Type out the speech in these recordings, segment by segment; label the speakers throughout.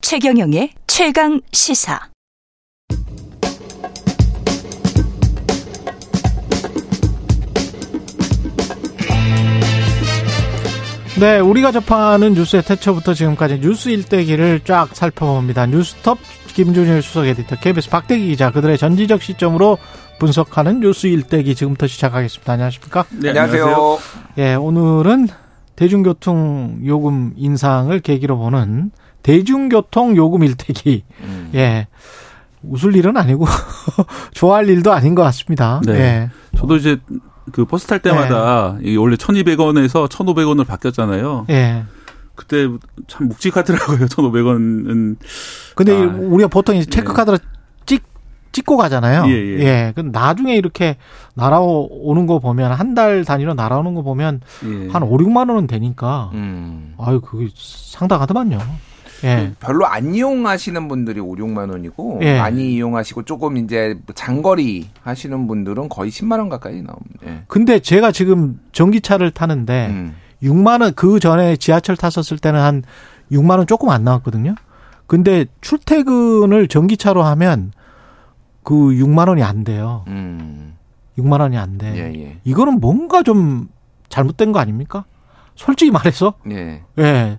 Speaker 1: 최경영의 최강 시사.
Speaker 2: 네, 우리가 접하는 뉴스의 태초부터 지금까지 뉴스 일대기를 쫙 살펴봅니다. 뉴스톱 김준일 수석 에디터, KBS 박대기 기자, 그들의 전지적 시점으로 분석하는 뉴스 일대기 지금부터 시작하겠습니다. 안녕하십니까?
Speaker 3: 네, 안녕하세요.
Speaker 2: 예, 오늘은 대중교통 요금 인상을 계기로 보는 대중교통 요금 일대기. 예. 웃을 일은 아니고 좋아할 일도 아닌 것 같습니다.
Speaker 3: 네.
Speaker 2: 예.
Speaker 3: 저도 이제 그 버스 탈 때마다 이게 원래 1,200원에서 1,500원으로 바뀌었잖아요.
Speaker 2: 예.
Speaker 3: 그때 참 묵직하더라고요. 1,500원은
Speaker 2: 근데
Speaker 3: 아,
Speaker 2: 이- 우리가 보통 이제 체크카드로 찍 찍고 가잖아요.
Speaker 3: 예, 예.
Speaker 2: 그럼 나중에 이렇게 날아오는 거 보면 한 달 단위로 날아오는 거 보면
Speaker 3: 예.
Speaker 2: 한 5, 6만 원은 되니까
Speaker 4: 음.
Speaker 2: 아유, 그게 상당하더만요. 예.
Speaker 4: 별로 안 이용하시는 분들이 5, 6만 원이고
Speaker 2: 예.
Speaker 4: 많이 이용하시고 조금 이제 장거리 하시는 분들은 거의 10만 원 가까이 나옵니다. 예.
Speaker 2: 근데 제가 지금 전기차를 타는데
Speaker 4: 음.
Speaker 2: 6만 원 그 전에 지하철 탔었을 때는 한 6만 원 조금 안 나왔거든요. 근데 출퇴근을 전기차로 하면 그 6만 원이 안 돼요.
Speaker 4: 음.
Speaker 2: 6만 원이 안 돼.
Speaker 4: 예, 예.
Speaker 2: 이거는 뭔가 좀 잘못된 거 아닙니까? 솔직히 말해서
Speaker 4: 예.
Speaker 2: 예.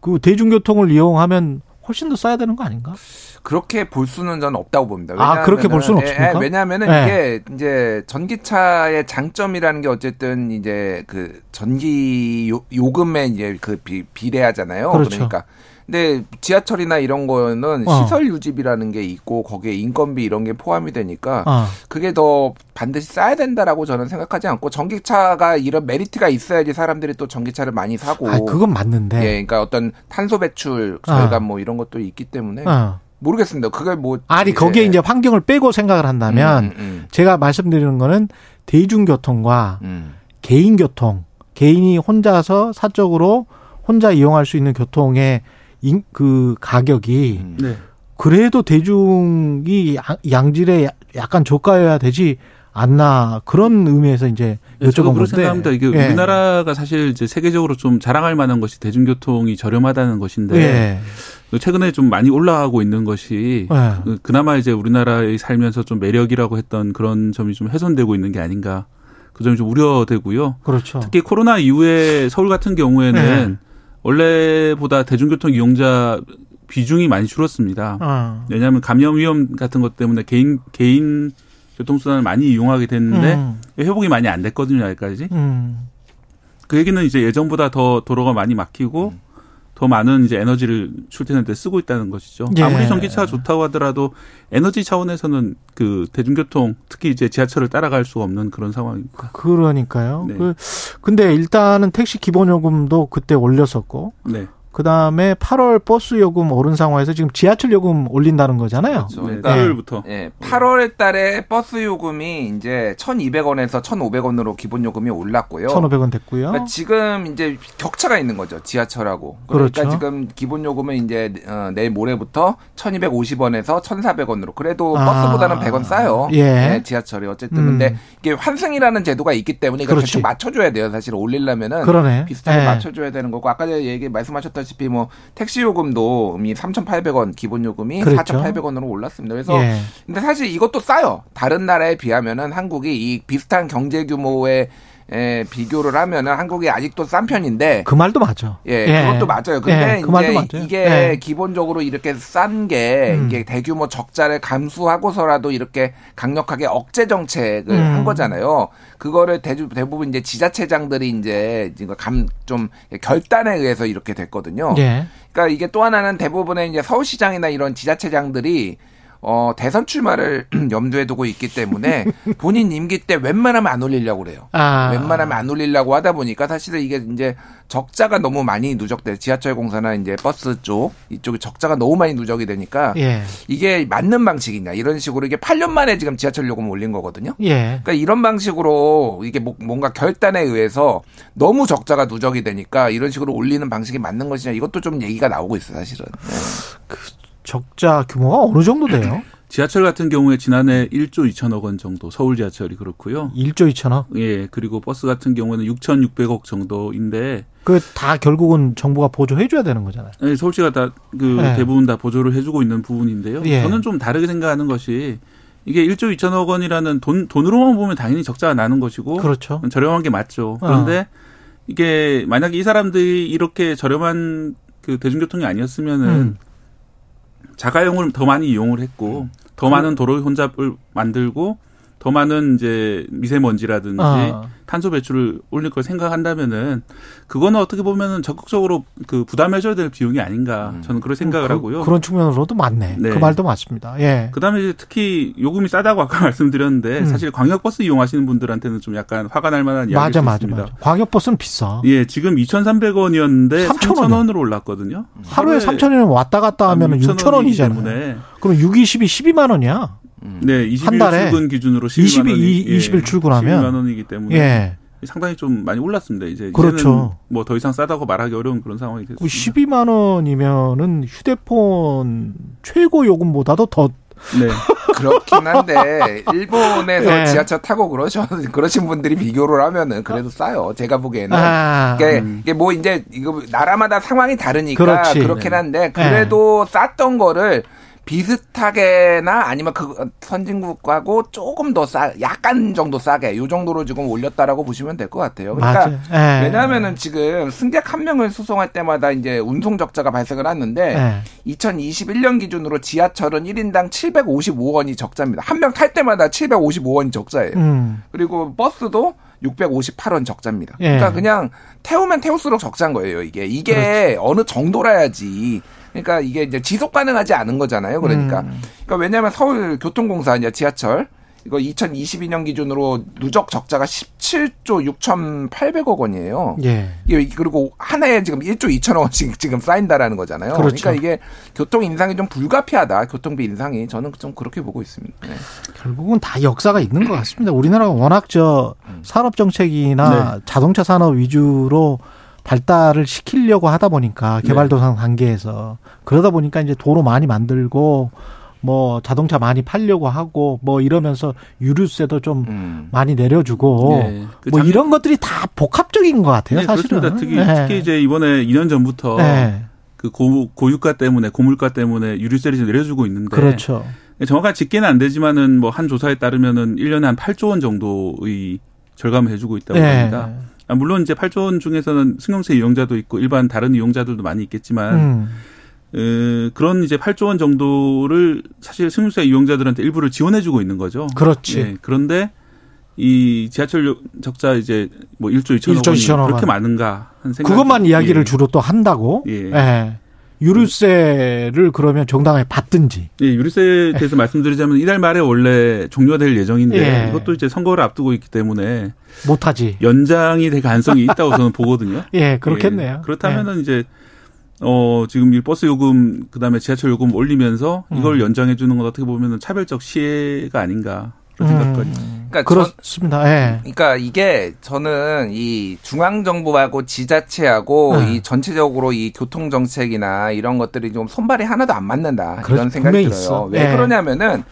Speaker 2: 그 대중교통을 이용하면 훨씬 더 싸야 되는 거 아닌가?
Speaker 4: 그렇게 볼 수는 전 없다고 봅니다.
Speaker 2: 아, 그렇게 볼 수는 없습니까?
Speaker 4: 왜냐하면
Speaker 2: 예.
Speaker 4: 이게 이제 전기차의 장점이라는 게 어쨌든 이제 그 전기 요, 요금에 이제 그 비, 비례하잖아요.
Speaker 2: 그렇죠.
Speaker 4: 러니까 근데 지하철이나 이런 거는
Speaker 2: 어.
Speaker 4: 시설 유지비라는 게 있고 거기에 인건비 이런 게 포함이 되니까
Speaker 2: 아,
Speaker 4: 그게 더 반드시 싸야 된다라고 저는 생각하지 않고 전기차가 이런 메리트가 있어야지 사람들이 또 전기차를 많이 사고
Speaker 2: 아 그건 아.
Speaker 4: 예,
Speaker 2: 맞는데.
Speaker 4: 그러니까 어떤 탄소 배출 저희가 뭐 이런 것도 있기 때문에
Speaker 2: 어.
Speaker 4: 모르겠습니다. 그게 뭐
Speaker 2: 아니 거기에 이제 환경을 빼고 생각을 한다면
Speaker 4: 음, 음,
Speaker 2: 제가 말씀드리는 거는 대중교통과
Speaker 4: 음, 음.
Speaker 2: 개인교통, 개인이 혼자서 사적으로 혼자 이용할 수 있는 교통의 인, 그 가격이
Speaker 4: 음.
Speaker 3: 네.
Speaker 2: 그래도 대중이 야- 양질에 야- 약간 저가여야 되지 않나 그런 의미에서 이제
Speaker 3: 네, 저도
Speaker 2: 여쭤본 건데.
Speaker 3: 그렇게 생각합니다. 이게
Speaker 2: 예.
Speaker 3: 우리나라가 사실 이제 세계적으로 좀 자랑할 만한 것이 대중교통이 저렴하다는 것인데 그
Speaker 2: 예.
Speaker 3: 최근에 좀 많이 올라가고 있는 것이
Speaker 2: 예.
Speaker 3: 그- 그나마 이제 우리나라에 살면서 좀 매력이라고 했던 그런 점이 좀 훼손되고 있는 게 아닌가 그 점이 좀 우려되고요.
Speaker 2: 그렇죠.
Speaker 3: 특히 코로나 이후에 서울 같은 경우에는 원래보다 대중교통 이용자 비중이 많이 줄었습니다.
Speaker 2: 어.
Speaker 3: 왜냐하면 감염 위험 같은 것 때문에 개인 개인 교통수단을 많이 이용하게 됐는데
Speaker 2: 음,
Speaker 3: 회복이 많이 안 됐거든요 아직까지.
Speaker 2: 음.
Speaker 3: 그 얘기는 이제 예전보다 더 도로가 많이 막히고 더 많은 이제 에너지를 출퇴근할 때 쓰고 있다는 것이죠.
Speaker 2: 예.
Speaker 3: 아무리 전기차가 좋다고 하더라도 에너지 차원에서는 그 대중교통 특히 이제 지하철을 따라갈 수가 없는 그런 상황입니다.
Speaker 2: 그러니까요.
Speaker 3: 네.
Speaker 2: 그, 근데 일단은 택시 기본요금도 그때 올렸었고,
Speaker 3: 네.
Speaker 2: 그 다음에 8월 버스 요금 오른 상황에서 지금 지하철 요금 올린다는 거잖아요.
Speaker 4: 그렇죠.
Speaker 3: 네.
Speaker 4: 그러니까
Speaker 3: 토요일부터.
Speaker 4: 예, 8월 달에 버스 요금이 이제 1,200원에서 1,500원으로 기본 요금이 올랐고요.
Speaker 2: 1,500원 됐고요.
Speaker 4: 그렇죠. 그러니까 지금 이제 격차가 있는 거죠 지하철하고 그러니까
Speaker 2: 그렇죠.
Speaker 4: 지금 기본 요금은 이제 어, 내일 모레부터 1,250원에서 1,400원으로 그래도
Speaker 2: 아.
Speaker 4: 버스보다는 100원 싸요.
Speaker 2: 예.
Speaker 4: 네, 지하철이 어쨌든
Speaker 2: 음.
Speaker 4: 근데 이게 환승이라는 제도가 있기 때문에 이거
Speaker 2: 그렇지.
Speaker 4: 대충 맞춰줘야 돼요. 사실 올리려면은
Speaker 2: 그러네.
Speaker 4: 비슷하게
Speaker 2: 예.
Speaker 4: 맞춰줘야 되는 거고 아까 전에 얘기 말씀하셨다시피 뭐 택시 요금도 이미 3,800원 기본 요금이
Speaker 2: 그렇죠.
Speaker 4: 4,800원으로 올랐습니다. 그래서
Speaker 2: 예.
Speaker 4: 근데 사실 이것도 싸요. 다른 나라에 비하면은 한국이 이 비슷한 경제 규모에 에, 비교를 하면은 한국이 아직도 싼 편인데
Speaker 2: 그 말도 맞아.
Speaker 4: 예, 그것도 맞아요. 근데
Speaker 2: 예, 그 말도
Speaker 4: 이제
Speaker 2: 맞아요.
Speaker 4: 이게
Speaker 2: 예.
Speaker 4: 기본적으로 이렇게 싼 게
Speaker 2: 음.
Speaker 4: 이게 대규모 적자를 감수하고서라도 이렇게 강력하게 억제 정책을
Speaker 2: 음.
Speaker 4: 한 거잖아요. 그거를 대주, 대부분 이제 지자체장들이 이제 이거 감좀 결단에 의해서 이렇게 됐거든요.
Speaker 2: 예.
Speaker 4: 그러니까 이게 또 하나는 대부분의 이제 서울시장이나 이런 지자체장들이 어 대선 출마를 염두에 두고 있기 때문에 본인 임기 때 웬만하면 안 올리려고 그래요.
Speaker 2: 아.
Speaker 4: 웬만하면 안 올리려고 하다 보니까 사실은 이게 이제 적자가 너무 많이 누적돼 지하철 공사나 이제 버스 쪽 이쪽이 적자가 너무 많이 누적이 되니까
Speaker 2: 예.
Speaker 4: 이게 맞는 방식이냐 이런 식으로 이게 8년 만에 지금 지하철 요금 올린 거거든요.
Speaker 2: 예.
Speaker 4: 그러니까 이런 방식으로 이게 뭐- 뭔가 결단에 의해서 너무 적자가 누적이 되니까 이런 식으로 올리는 방식이 맞는 것이냐 이것도 좀 얘기가 나오고 있어 요 사실은. 네.
Speaker 2: 적자 규모가 어느 정도 돼요?
Speaker 3: 지하철 같은 경우에 지난해 1조 2천억 원 정도 서울 지하철이 그렇고요.
Speaker 2: 1조 2천억.
Speaker 3: 예, 그리고 버스 같은 경우에는 6,600억 정도인데
Speaker 2: 그 다 결국은 정부가 보조해 줘야 되는 거잖아요.
Speaker 3: 예, 서울시가 다 그
Speaker 2: 네.
Speaker 3: 대부분 다 보조를 해주고 있는 부분인데요.
Speaker 2: 예.
Speaker 3: 저는 좀 다르게 생각하는 것이 이게 1조 2천억 원이라는 돈 돈으로만 보면 당연히 적자가 나는 것이고
Speaker 2: 그렇죠.
Speaker 3: 저렴한 게 맞죠. 그런데
Speaker 2: 어.
Speaker 3: 이게 만약에 이 사람들이 이렇게 저렴한 그 대중교통이 아니었으면은
Speaker 2: 음.
Speaker 3: 자가용을 더 많이 이용을 했고 더 많은 도로 혼잡을 만들고 더 많은 이제 미세먼지라든지
Speaker 2: 아,
Speaker 3: 탄소 배출을 올릴 걸 생각한다면은 그거는 어떻게 보면은 적극적으로 그 부담해줘야 될 비용이 아닌가
Speaker 4: 음.
Speaker 3: 저는 그런 생각을
Speaker 2: 그,
Speaker 3: 하고요.
Speaker 2: 그런 측면으로도 맞네.
Speaker 3: 네.
Speaker 2: 그 말도 맞습니다. 예.
Speaker 3: 그다음에 이제 특히 요금이 싸다고 아까 말씀드렸는데
Speaker 2: 음.
Speaker 3: 사실 광역버스 이용하시는 분들한테는 좀 약간 화가 날 만한 이야기일
Speaker 2: 맞아,
Speaker 3: 수
Speaker 2: 맞아,
Speaker 3: 있습니다.
Speaker 2: 맞아. 광역버스는 비싸.
Speaker 3: 예, 지금 2,300원이었는데
Speaker 2: 3,000원.
Speaker 3: 3,000원으로 올랐거든요.
Speaker 2: 하루에 3천이면 왔다 갔다 하면 6천
Speaker 3: 원이기
Speaker 2: 원이잖아요.
Speaker 3: 때문에
Speaker 2: 그럼 6, 20이 12만 원이야.
Speaker 3: 네, 20일
Speaker 2: 음. 한 달에
Speaker 3: 출근 기준으로 12만
Speaker 2: 20일
Speaker 3: 원이 예,
Speaker 2: 이- 20일 출근하면.
Speaker 3: 12만 원이기 때문에
Speaker 2: 예.
Speaker 3: 상당히 좀 많이 올랐습니다. 이제
Speaker 2: 그렇죠.
Speaker 3: 뭐더 이상 싸다고 말하기 어려운 그런 상황이
Speaker 2: 그
Speaker 3: 됐습니다.
Speaker 2: 12만 원이면은 휴대폰 최고 요금보다도 더
Speaker 3: 네.
Speaker 4: 그렇긴 한데 일본에서
Speaker 2: 네.
Speaker 4: 지하철 타고 그러셔 그러신 분들이 비교를 하면은 그래도 싸요. 제가
Speaker 3: 네.
Speaker 4: 보기에는.
Speaker 2: 아,
Speaker 4: 이게, 이게 뭐 이제 이거 나라마다 상황이 다르니까
Speaker 2: 그렇지. 네.
Speaker 4: 그렇긴 한데 그래도 쌌던 거를 비슷하게나 아니면 그 선진국하고 조금 더 싸, 약간 정도 싸게 요 정도로 지금 올렸다라고 보시면 될 것 같아요. 그러니까
Speaker 2: 맞아. 예.
Speaker 4: 왜냐하면은 지금 승객 한 명을 수송할 때마다 이제 운송 적자가 발생을 하는데
Speaker 2: 예.
Speaker 4: 2021년 기준으로 지하철은 1인당 755원이 적자입니다. 한 명 탈 때마다 755원이 적자예요.
Speaker 2: 음.
Speaker 4: 그리고 버스도 658원 적자입니다.
Speaker 2: 예.
Speaker 4: 그러니까 그냥 태우면 태울수록 적자인 거예요, 이게. 이게
Speaker 2: 그렇죠.
Speaker 4: 어느 정도라야지. 그러니까 이게 이제 지속 가능하지 않은 거잖아요. 그러니까.
Speaker 2: 음.
Speaker 4: 그러니까 왜냐면 서울 교통공사 이제 지하철 이거 2022년 기준으로 누적 적자가 17조 6,800억 원이에요.
Speaker 2: 예.
Speaker 4: 이게 그리고 하나에 지금 1조 2천억 원씩 지금 쌓인다라는 거잖아요. 그
Speaker 2: 그렇죠.
Speaker 4: 러니까 이게 교통 인상이 좀 불가피하다. 교통비 인상이 저는 좀 그렇게 보고 있습니다. 네.
Speaker 2: 결국은 다 역사가 있는 것 같습니다. 우리나라가 워낙 저 산업 정책이나
Speaker 3: 네.
Speaker 2: 자동차 산업 위주로 발달을 시키려고 하다
Speaker 3: 네.
Speaker 2: 보니까 개발도상 단계에서 그러다 보니까 이제 도로 많이 만들고 뭐 자동차 많이 팔려고 하고 뭐 이러면서 유류세도 좀
Speaker 4: 음.
Speaker 2: 많이 내려주고
Speaker 3: 예. 그
Speaker 2: 뭐
Speaker 3: 작년-
Speaker 2: 이런 것들이 다 복합적인 것 같아요.
Speaker 3: 네,
Speaker 2: 사실은
Speaker 3: 그렇습니다. 특히,
Speaker 2: 예.
Speaker 3: 특히 이제 이번에 2년 전부터
Speaker 2: 예.
Speaker 3: 그 고, 고유가 때문에 고물가 때문에 유류세를 지금 내려주고 있는데
Speaker 2: 그렇죠.
Speaker 3: 정확한 집계는 안 되지만은 뭐 한 조사에 따르면은 1년에 한 8조 원 정도의 절감을 해주고 있다고
Speaker 2: 예.
Speaker 3: 합니다. 아, 물론 이제 8조 원 중에서는 승용차 이용자도 있고 일반 다른 이용자들도 많이 있겠지만
Speaker 2: 음.
Speaker 3: 어, 그런 이제 8조 원 정도를 사실 승용차 이용자들한테 일부를 지원해주고 있는 거죠.
Speaker 2: 그렇지.
Speaker 3: 예, 그런데 이 지하철 요- 적자 이제 뭐 1조 2천억
Speaker 2: 1조
Speaker 3: 원이
Speaker 2: 2천억 원.
Speaker 3: 그렇게 많은가 한 생각.
Speaker 2: 그것만 이야기를 주로 또 한다고.
Speaker 3: 예.
Speaker 2: 예. 유류세를 그러면 정당하게 받든지.
Speaker 3: 예, 유류세에 대해서 말씀드리자면 이달 말에 원래 종료될 예정인데
Speaker 2: 예.
Speaker 3: 이것도 이제 선거를 앞두고 있기 때문에
Speaker 2: 못하지.
Speaker 3: 연장이 될 가능성이 있다고 저는 보거든요.
Speaker 2: 예, 그렇겠네요.
Speaker 3: 예, 그렇다면은 이제 어 지금 이 버스 요금 그다음에 지하철 요금 올리면서 이걸
Speaker 2: 음.
Speaker 3: 연장해 주는 건 어떻게 보면은 차별적 시혜가 아닌가
Speaker 2: 예.
Speaker 3: 그런 생각까지.
Speaker 4: 그러니까 전-
Speaker 2: 그렇습니다. 예.
Speaker 4: 그러니까 이게 저는 이 중앙 정부하고 지자체하고
Speaker 2: 네.
Speaker 4: 이 전체적으로 이 교통 정책이나 이런 것들이 좀 손발이 하나도 안 맞는다
Speaker 2: 그렇-
Speaker 4: 이런 생각이
Speaker 2: 분명히
Speaker 4: 들어요.
Speaker 2: 있어.
Speaker 4: 왜
Speaker 2: 네.
Speaker 4: 그러냐면은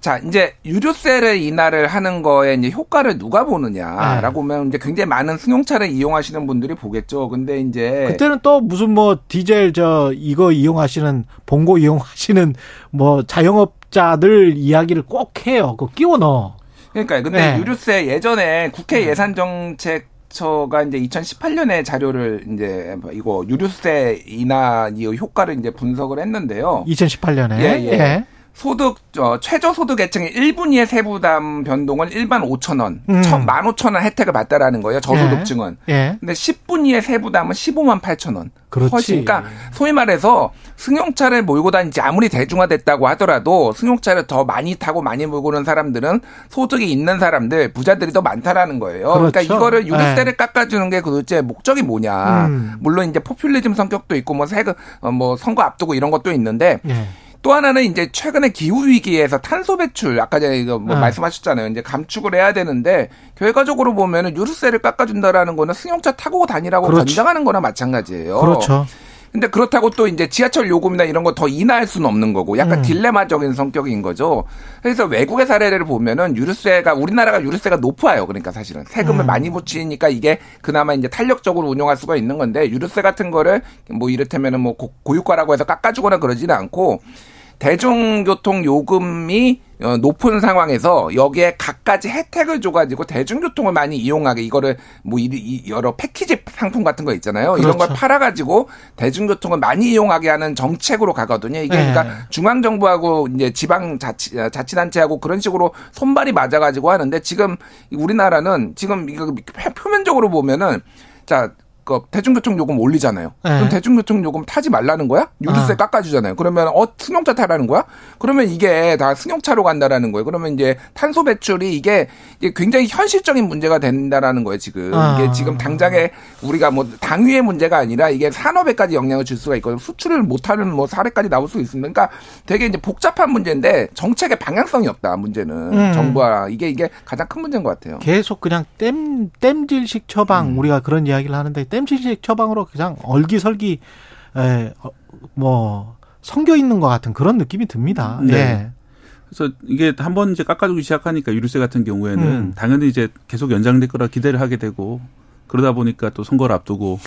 Speaker 4: 자 이제 유류세를 인하를 하는 거에 이제 효과를 누가
Speaker 2: 네.
Speaker 4: 보느냐라고 하면 이제 굉장히 많은 승용차를 이용하시는 분들이 보겠죠. 근데 이제
Speaker 2: 그때는 또 무슨 뭐 디젤 저 이거 이용하시는 봉고 이용하시는 뭐 자영업자들 이야기를 꼭 해요. 그거 끼워 넣어.
Speaker 4: 그러니까 요 근데
Speaker 2: 네.
Speaker 4: 유류세 예전에 국회 예산 정책 처가 이제 2018년에 자료를 이제 이거 유류세 인하 이 효과를 이제 분석을 했는데요.
Speaker 2: 2018년에.
Speaker 4: 예, 예. 소득 어, 최저 소득 계층의 1분위의 세부담 변동은 일반 5천 원,
Speaker 2: 음.
Speaker 4: 15,000원 혜택을 받다라는 거예요. 저소득층은.
Speaker 2: 예. 예.
Speaker 4: 근데 10분위의 세부담은 15만 8천 원.
Speaker 2: 그렇지.
Speaker 4: 훨씬, 그러니까 소위 말해서 승용차를 몰고 다니지 아무리 대중화됐다고 하더라도 승용차를 더 많이 타고 많이 몰고 오는 사람들은 소득이 있는 사람들 부자들이 더 많다라는 거예요. 그러니까
Speaker 2: 그렇죠.
Speaker 4: 이거를 유류세를
Speaker 2: 네.
Speaker 4: 깎아주는 게 도대체 목적이 뭐냐.
Speaker 2: 음.
Speaker 4: 물론 이제 포퓰리즘 성격도 있고 뭐 세금 어, 뭐 선거 앞두고 이런 것도 있는데
Speaker 2: 예.
Speaker 4: 또 하나는 이제 최근에 기후 위기에서 탄소 배출 아까 전에 이거 뭐
Speaker 2: 아.
Speaker 4: 말씀하셨잖아요. 이제 감축을 해야 되는데 결과적으로 보면은 유류세를 깎아준다라는 거는 승용차 타고 다니라고
Speaker 2: 그렇죠.
Speaker 4: 권장하는 거나 마찬가지예요.
Speaker 2: 그렇죠.
Speaker 4: 근데 그렇다고 또 이제 지하철 요금이나 이런 거 더 인하할 수는 없는 거고
Speaker 2: 음.
Speaker 4: 약간 딜레마적인 성격인 거죠. 그래서 외국의 사례를 보면은 유류세가 우리나라가 유류세가 높아요. 그러니까 사실은 세금을
Speaker 2: 음.
Speaker 4: 많이 붙이니까 이게 그나마 이제 탄력적으로 운영할 수가 있는 건데 유류세 같은 거를 뭐 이를테면은 뭐 고- 고유가라고 해서 깎아주거나 그러지는 않고 대중교통 요금이 어, 높은 상황에서 여기에 각가지 혜택을 줘가지고 대중교통을 많이 이용하게 이거를 뭐 이- 이- 여러 패키지 상품 같은 거 있잖아요. 이런 걸
Speaker 2: 그렇죠.
Speaker 4: 어. 팔아가지고 대중교통을 많이 이용하게 하는 정책으로 가거든요. 이게
Speaker 2: 네.
Speaker 4: 그러니까 중앙 정부하고 이제 지방 자치 어, 자치단체하고 그런 식으로 손발이 맞아가지고 하는데 지금 우리나라는 지금 이거 표면적으로 보면은 자. 그 대중교통 요금 올리잖아요.
Speaker 2: 네.
Speaker 4: 그럼 대중교통 요금 타지 말라는 거야? 유류세
Speaker 2: 아.
Speaker 4: 깎아주잖아요. 그러면 어 승용차 타라는 거야? 그러면 이게 다 승용차로 간다라는 거예요. 그러면 이제 탄소 배출이 이게 이게 굉장히 현실적인 문제가 된다라는 거예요. 지금
Speaker 2: 아.
Speaker 4: 이게 지금 당장에 우리가 뭐 당위의 문제가 아니라 이게 산업에까지 영향을 줄 수가 있거든요. 수출을 못하는 뭐 사례까지 나올 수 있습니다. 그러니까 되게 이제 복잡한 문제인데 정책의 방향성이 없다. 문제는
Speaker 2: 음.
Speaker 4: 정부와 이게 이게 가장 큰 문제인 것 같아요.
Speaker 2: 계속 그냥 땜 땜질식 처방
Speaker 3: 음.
Speaker 2: 우리가 그런 이야기를 하는데 땜질식 처방으로 그냥 얼기설기 에, 어, 뭐 성겨 있는 것 같은 그런 느낌이 듭니다.
Speaker 3: 네.
Speaker 2: 예.
Speaker 3: 그래서 이게 한 번 이제 깎아주기 시작하니까 유류세 같은 경우에는
Speaker 2: 음.
Speaker 3: 당연히 이제 계속 연장될 거라 기대를 하게 되고 그러다 보니까 또 선거를 앞두고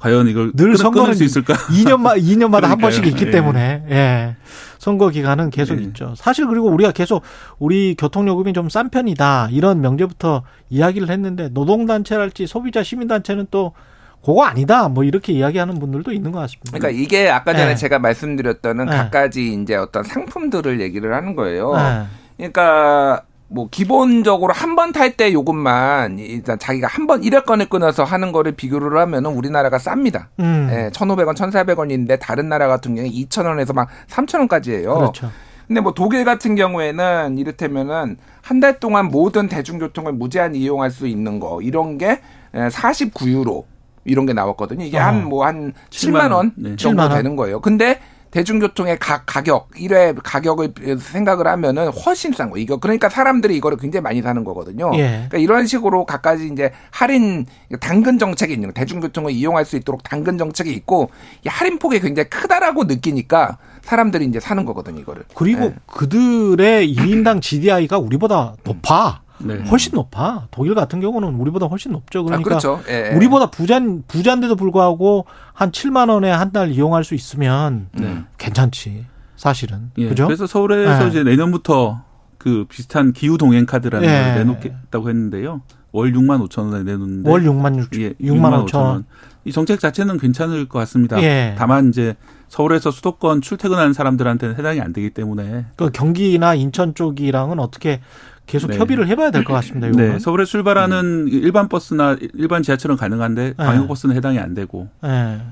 Speaker 3: 과연 이걸
Speaker 2: 늘
Speaker 3: 끊-
Speaker 2: 선거는
Speaker 3: 끊을 수 있을까?
Speaker 2: 2년마 2년마다 한
Speaker 3: 그러니까요.
Speaker 2: 번씩 있기
Speaker 3: 예.
Speaker 2: 때문에 예. 선거 기간은 계속
Speaker 3: 예.
Speaker 2: 있죠. 사실 그리고 우리가 계속 우리 교통요금이 좀 싼 편이다 이런 명제부터 이야기를 했는데 노동단체랄지 소비자 시민단체는 또 그거 아니다 뭐 이렇게 이야기하는 분들도 있는 것 같습니다.
Speaker 4: 그러니까 이게 아까 전에
Speaker 2: 네.
Speaker 4: 제가 말씀드렸다는
Speaker 2: 네.
Speaker 4: 각가지 이제 어떤 상품들을 얘기를 하는 거예요.
Speaker 2: 예.
Speaker 4: 그러니까 뭐 기본적으로 한 번 탈 때 요금만 일단 자기가 한 번 1회권을 끊어서 하는 거를 비교를 하면은 우리나라가 쌉니다.
Speaker 2: 음.
Speaker 4: 예, 1,500원, 1,400원인데 다른 나라 같은 경우에 2,000원에서 막 3,000원까지예요.
Speaker 2: 그렇죠.
Speaker 4: 근데 뭐 독일 같은 경우에는 이를테면은 한 달 동안 모든 대중교통을 무제한 이용할 수 있는 거 이런 게 49유로 이런 게 나왔거든요. 이게
Speaker 2: 어.
Speaker 4: 한 뭐 한 7만 원
Speaker 3: 네.
Speaker 4: 정도
Speaker 2: 7만 원.
Speaker 4: 되는 거예요. 근데 대중교통의 가, 가격, 1회 가격을 생각을 하면은 훨씬 싼 거. 이거 그러니까 사람들이 이거를 굉장히 많이 사는 거거든요.
Speaker 2: 예.
Speaker 4: 그러니까 이런 식으로 각가지 이제 할인 당근 정책이 있는 거예요. 대중교통을 이용할 수 있도록 당근 정책이 있고 이 할인 폭이 굉장히 크다라고 느끼니까 사람들이 이제 사는 거거든요, 이거를.
Speaker 2: 그리고
Speaker 4: 예.
Speaker 2: 그들의 1인당 GDI가 우리보다 높아.
Speaker 3: 네.
Speaker 2: 훨씬 높아. 독일 같은 경우는 우리보다 훨씬 높죠.
Speaker 4: 아,
Speaker 2: 그러니까
Speaker 4: 그렇죠. 예, 예.
Speaker 2: 우리보다 부잔 부잔데도 불구하고 한 7만 원에 한 달 이용할 수 있으면
Speaker 4: 네.
Speaker 2: 괜찮지. 사실은.
Speaker 3: 예.
Speaker 2: 그죠?
Speaker 3: 그래서 서울에서
Speaker 2: 예.
Speaker 3: 이제 내년부터 그 비슷한 기후 동행
Speaker 2: 예.
Speaker 3: 카드라는 걸 내놓겠다고 했는데요. 월 6만 5천 원에
Speaker 4: 네.
Speaker 3: 내놓는데
Speaker 2: 월 6만 6,
Speaker 3: 예,
Speaker 2: 6만 5천 원.
Speaker 3: 이 정책 자체는 괜찮을 것 같습니다.
Speaker 2: 예.
Speaker 3: 다만 이제 서울에서 수도권 출퇴근하는 사람들한테는 해당이 안 되기 때문에
Speaker 2: 그 경기나 인천 쪽이랑은 어떻게 계속
Speaker 3: 네.
Speaker 2: 협의를 해봐야 될 것 같습니다. 이거는.
Speaker 3: 네, 서울에 출발하는 일반 버스나 일반 지하철은
Speaker 2: 네.
Speaker 3: 가능한데 광역버스는 해당이 안 되고
Speaker 2: 예.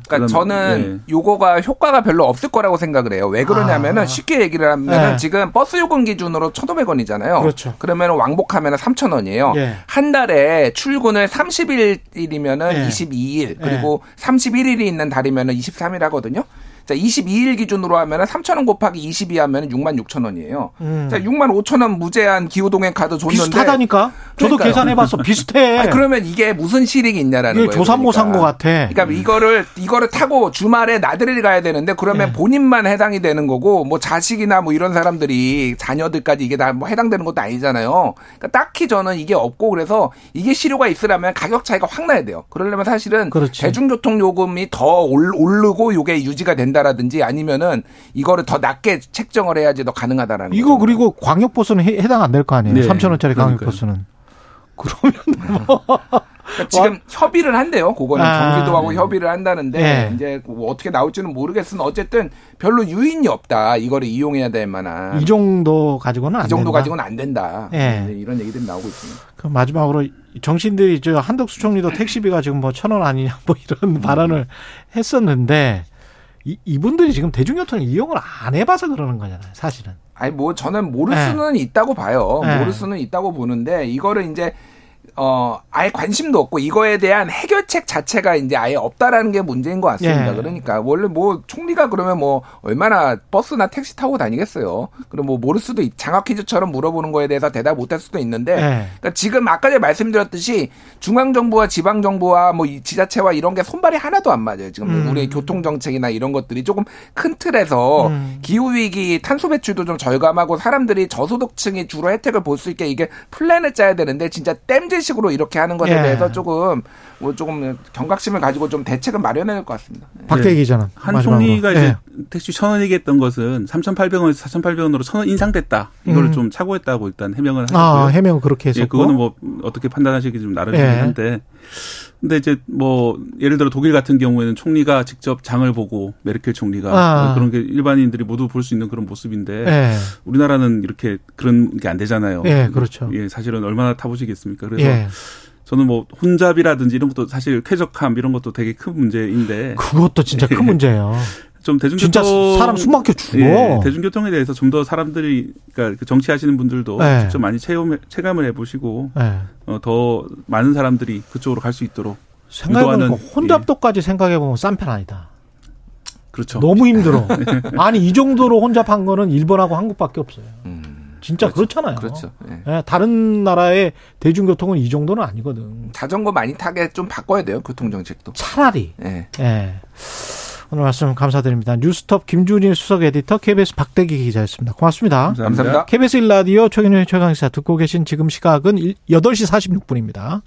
Speaker 4: 그러니까
Speaker 3: 그럼,
Speaker 4: 저는 요거가 효과가 별로 없을 거라고 생각을 해요. 왜 그러냐면은
Speaker 2: 아.
Speaker 4: 쉽게 얘기를 하면은
Speaker 2: 네.
Speaker 4: 지금 버스 요금 기준으로 1,500원이잖아요.
Speaker 2: 그렇죠.
Speaker 4: 그러면 왕복하면 3,000원이에요.
Speaker 2: 예.
Speaker 4: 한 달에 출근을 30일이면은
Speaker 2: 예.
Speaker 4: 22일 그리고 31일이 있는 달이면은 23일 하거든요. 자, 22일 기준으로 하면은 3,000원 곱하기 22 하면은 66,000원이에요.
Speaker 2: 음.
Speaker 4: 자, 66,000원 무제한 기후동행 카드 줬는데
Speaker 2: 비슷하다니까. 저도
Speaker 4: 그러니까요.
Speaker 2: 계산해봤어. 비슷해.
Speaker 4: 아니, 그러면 이게 무슨 실익이 있냐라는
Speaker 2: 이게
Speaker 4: 거예요.
Speaker 2: 조삼모산 것
Speaker 4: 그러니까.
Speaker 2: 같아.
Speaker 4: 그러니까 이거를 이거를 타고 주말에 나들이를 가야 되는데 그러면
Speaker 2: 예.
Speaker 4: 본인만 해당이 되는 거고 뭐 자식이나 뭐 이런 사람들이 자녀들까지 이게 다 뭐 해당되는 것도 아니잖아요. 그러니까 딱히 저는 이게 없고 그래서 이게 실효가 있으려면 가격 차이가 확 나야 돼요. 그러려면 사실은
Speaker 2: 그렇지.
Speaker 4: 대중교통 요금이 더 올- 오르고 요게 유지가 된다라든지 아니면은 이거를 더 낮게 책정을 해야지 더 가능하다라는
Speaker 2: 이거
Speaker 4: 거죠.
Speaker 2: 그리고 광역버스는 해- 해당 안 될 거 아니에요.
Speaker 3: 네.
Speaker 2: 3,000원짜리
Speaker 3: 그러니까요.
Speaker 2: 광역버스는. 그러면 뭐
Speaker 4: 그러니까 지금 협의를 한대요. 그거는
Speaker 2: 아.
Speaker 4: 경기도하고 협의를 한다는데
Speaker 2: 예.
Speaker 4: 이제 뭐 어떻게 나올지는 모르겠으나 어쨌든 별로 유인이 없다. 이거를 이용해야 될 만한
Speaker 2: 이 정도 가지고는 안
Speaker 4: 이 정도
Speaker 2: 된다.
Speaker 4: 가지고는 안 된다.
Speaker 2: 예.
Speaker 4: 이제 이런 얘기들이 나오고 있습니다.
Speaker 2: 그 마지막으로 이 정신들이 저 한덕수 총리도 택시비가 지금 뭐 천 원 아니냐 뭐
Speaker 4: 음.
Speaker 2: 이런 발언을 했었는데 이, 이분들이 지금 대중교통을 이용을 안 해봐서 그러는 거잖아요. 사실은.
Speaker 4: 아니 뭐 저는 모를
Speaker 2: 예.
Speaker 4: 수는 있다고 봐요.
Speaker 2: 예.
Speaker 4: 모를 수는 있다고 보는데 이거를 이제 어, 아예 관심도 없고 이거에 대한 해결책 자체가 이제 아예 없다라는 게 문제인 것 같습니다.
Speaker 2: 예.
Speaker 4: 그러니까 원래 뭐 총리가 그러면 뭐 얼마나 버스나 택시 타고 다니겠어요. 그럼 뭐 모를 수도 있, 장학 퀴즈처럼 물어보는 거에 대해서 대답 못 할 수도 있는데
Speaker 2: 예.
Speaker 4: 그러니까 지금 아까 전에 말씀드렸듯이 중앙 정부와 지방 정부와 뭐이 지자체와 이런 게 손발이 하나도 안 맞아요. 지금
Speaker 2: 음.
Speaker 4: 우리의 교통 정책이나 이런 것들이 조금 큰 틀에서
Speaker 2: 음.
Speaker 4: 기후 위기, 탄소 배출도 좀 절감하고 사람들이 저소득층이 주로 혜택을 볼 수 있게 이게 플랜을 짜야 되는데 진짜 땜질식으로 이렇게 하는 것에
Speaker 2: 예.
Speaker 4: 대해서 조금 뭐 조금 경각심을 가지고 좀 대책을 마련해야 될 것 같습니다.
Speaker 2: 박대기 기자는
Speaker 3: 한
Speaker 2: 마지막으로.
Speaker 3: 총리가
Speaker 2: 예.
Speaker 3: 이제 택시 천 원 얘기했던 것은 3,800원에서 4,800원으로 천 원 인상됐다. 이거를
Speaker 2: 음.
Speaker 3: 좀 착오했다고 일단 해명을 하셨고요.
Speaker 2: 아 해명 그렇게 했었고
Speaker 3: 예, 그거는 뭐 어떻게 판단하시기 좀 나름이긴
Speaker 2: 예.
Speaker 3: 한데. 근데 이제 뭐 예를 들어 독일 같은 경우에는 총리가 직접 장을 보고 메르켈 총리가 뭐
Speaker 2: 아.
Speaker 3: 그런 게 일반인들이 모두 볼 수 있는 그런 모습인데
Speaker 2: 예.
Speaker 3: 우리나라는 이렇게 그런 게 안 되잖아요.
Speaker 2: 예, 그렇죠.
Speaker 3: 예, 사실은 얼마나 타보시겠습니까? 그래서
Speaker 2: 예.
Speaker 3: 저는 뭐 혼잡이라든지 이런 것도 사실 쾌적함 이런 것도 되게 큰 문제인데
Speaker 2: 그것도 진짜 큰 문제예요.
Speaker 3: 좀 대중교통
Speaker 2: 진짜 사람 숨 뭐. 막혀 죽어.
Speaker 3: 예, 대중교통에 대해서 좀 더 사람들이 그러니까 그 정치하시는 분들도
Speaker 2: 네.
Speaker 3: 직접 많이 체험 체감을 해보시고
Speaker 2: 예.
Speaker 3: 어, 더 많은 사람들이 그쪽으로 갈 수 있도록
Speaker 2: 생각해보니까
Speaker 3: 유도하는,
Speaker 2: 그 혼잡도까지 생각해보면 싼 편 아니다.
Speaker 3: 그렇죠.
Speaker 2: 너무 힘들어. 아니 이 정도로 혼잡한 거는 일본하고 한국밖에 없어요.
Speaker 4: 음,
Speaker 2: 진짜 그렇잖아요
Speaker 4: 그렇죠. 예.
Speaker 2: 다른 나라의 대중교통은 이 정도는 아니거든.
Speaker 4: 자전거 많이 타게 좀 바꿔야 돼요 교통 정책도.
Speaker 2: 차라리.
Speaker 4: 예.
Speaker 2: 예. 오늘 말씀 감사드립니다. 뉴스톱 김준일 수석 에디터 KBS 박대기 기자였습니다. 고맙습니다.
Speaker 4: 감사합니다.
Speaker 2: KBS 1라디오 최경영의 최강시사 듣고 계신 지금 시각은 8시 46분입니다.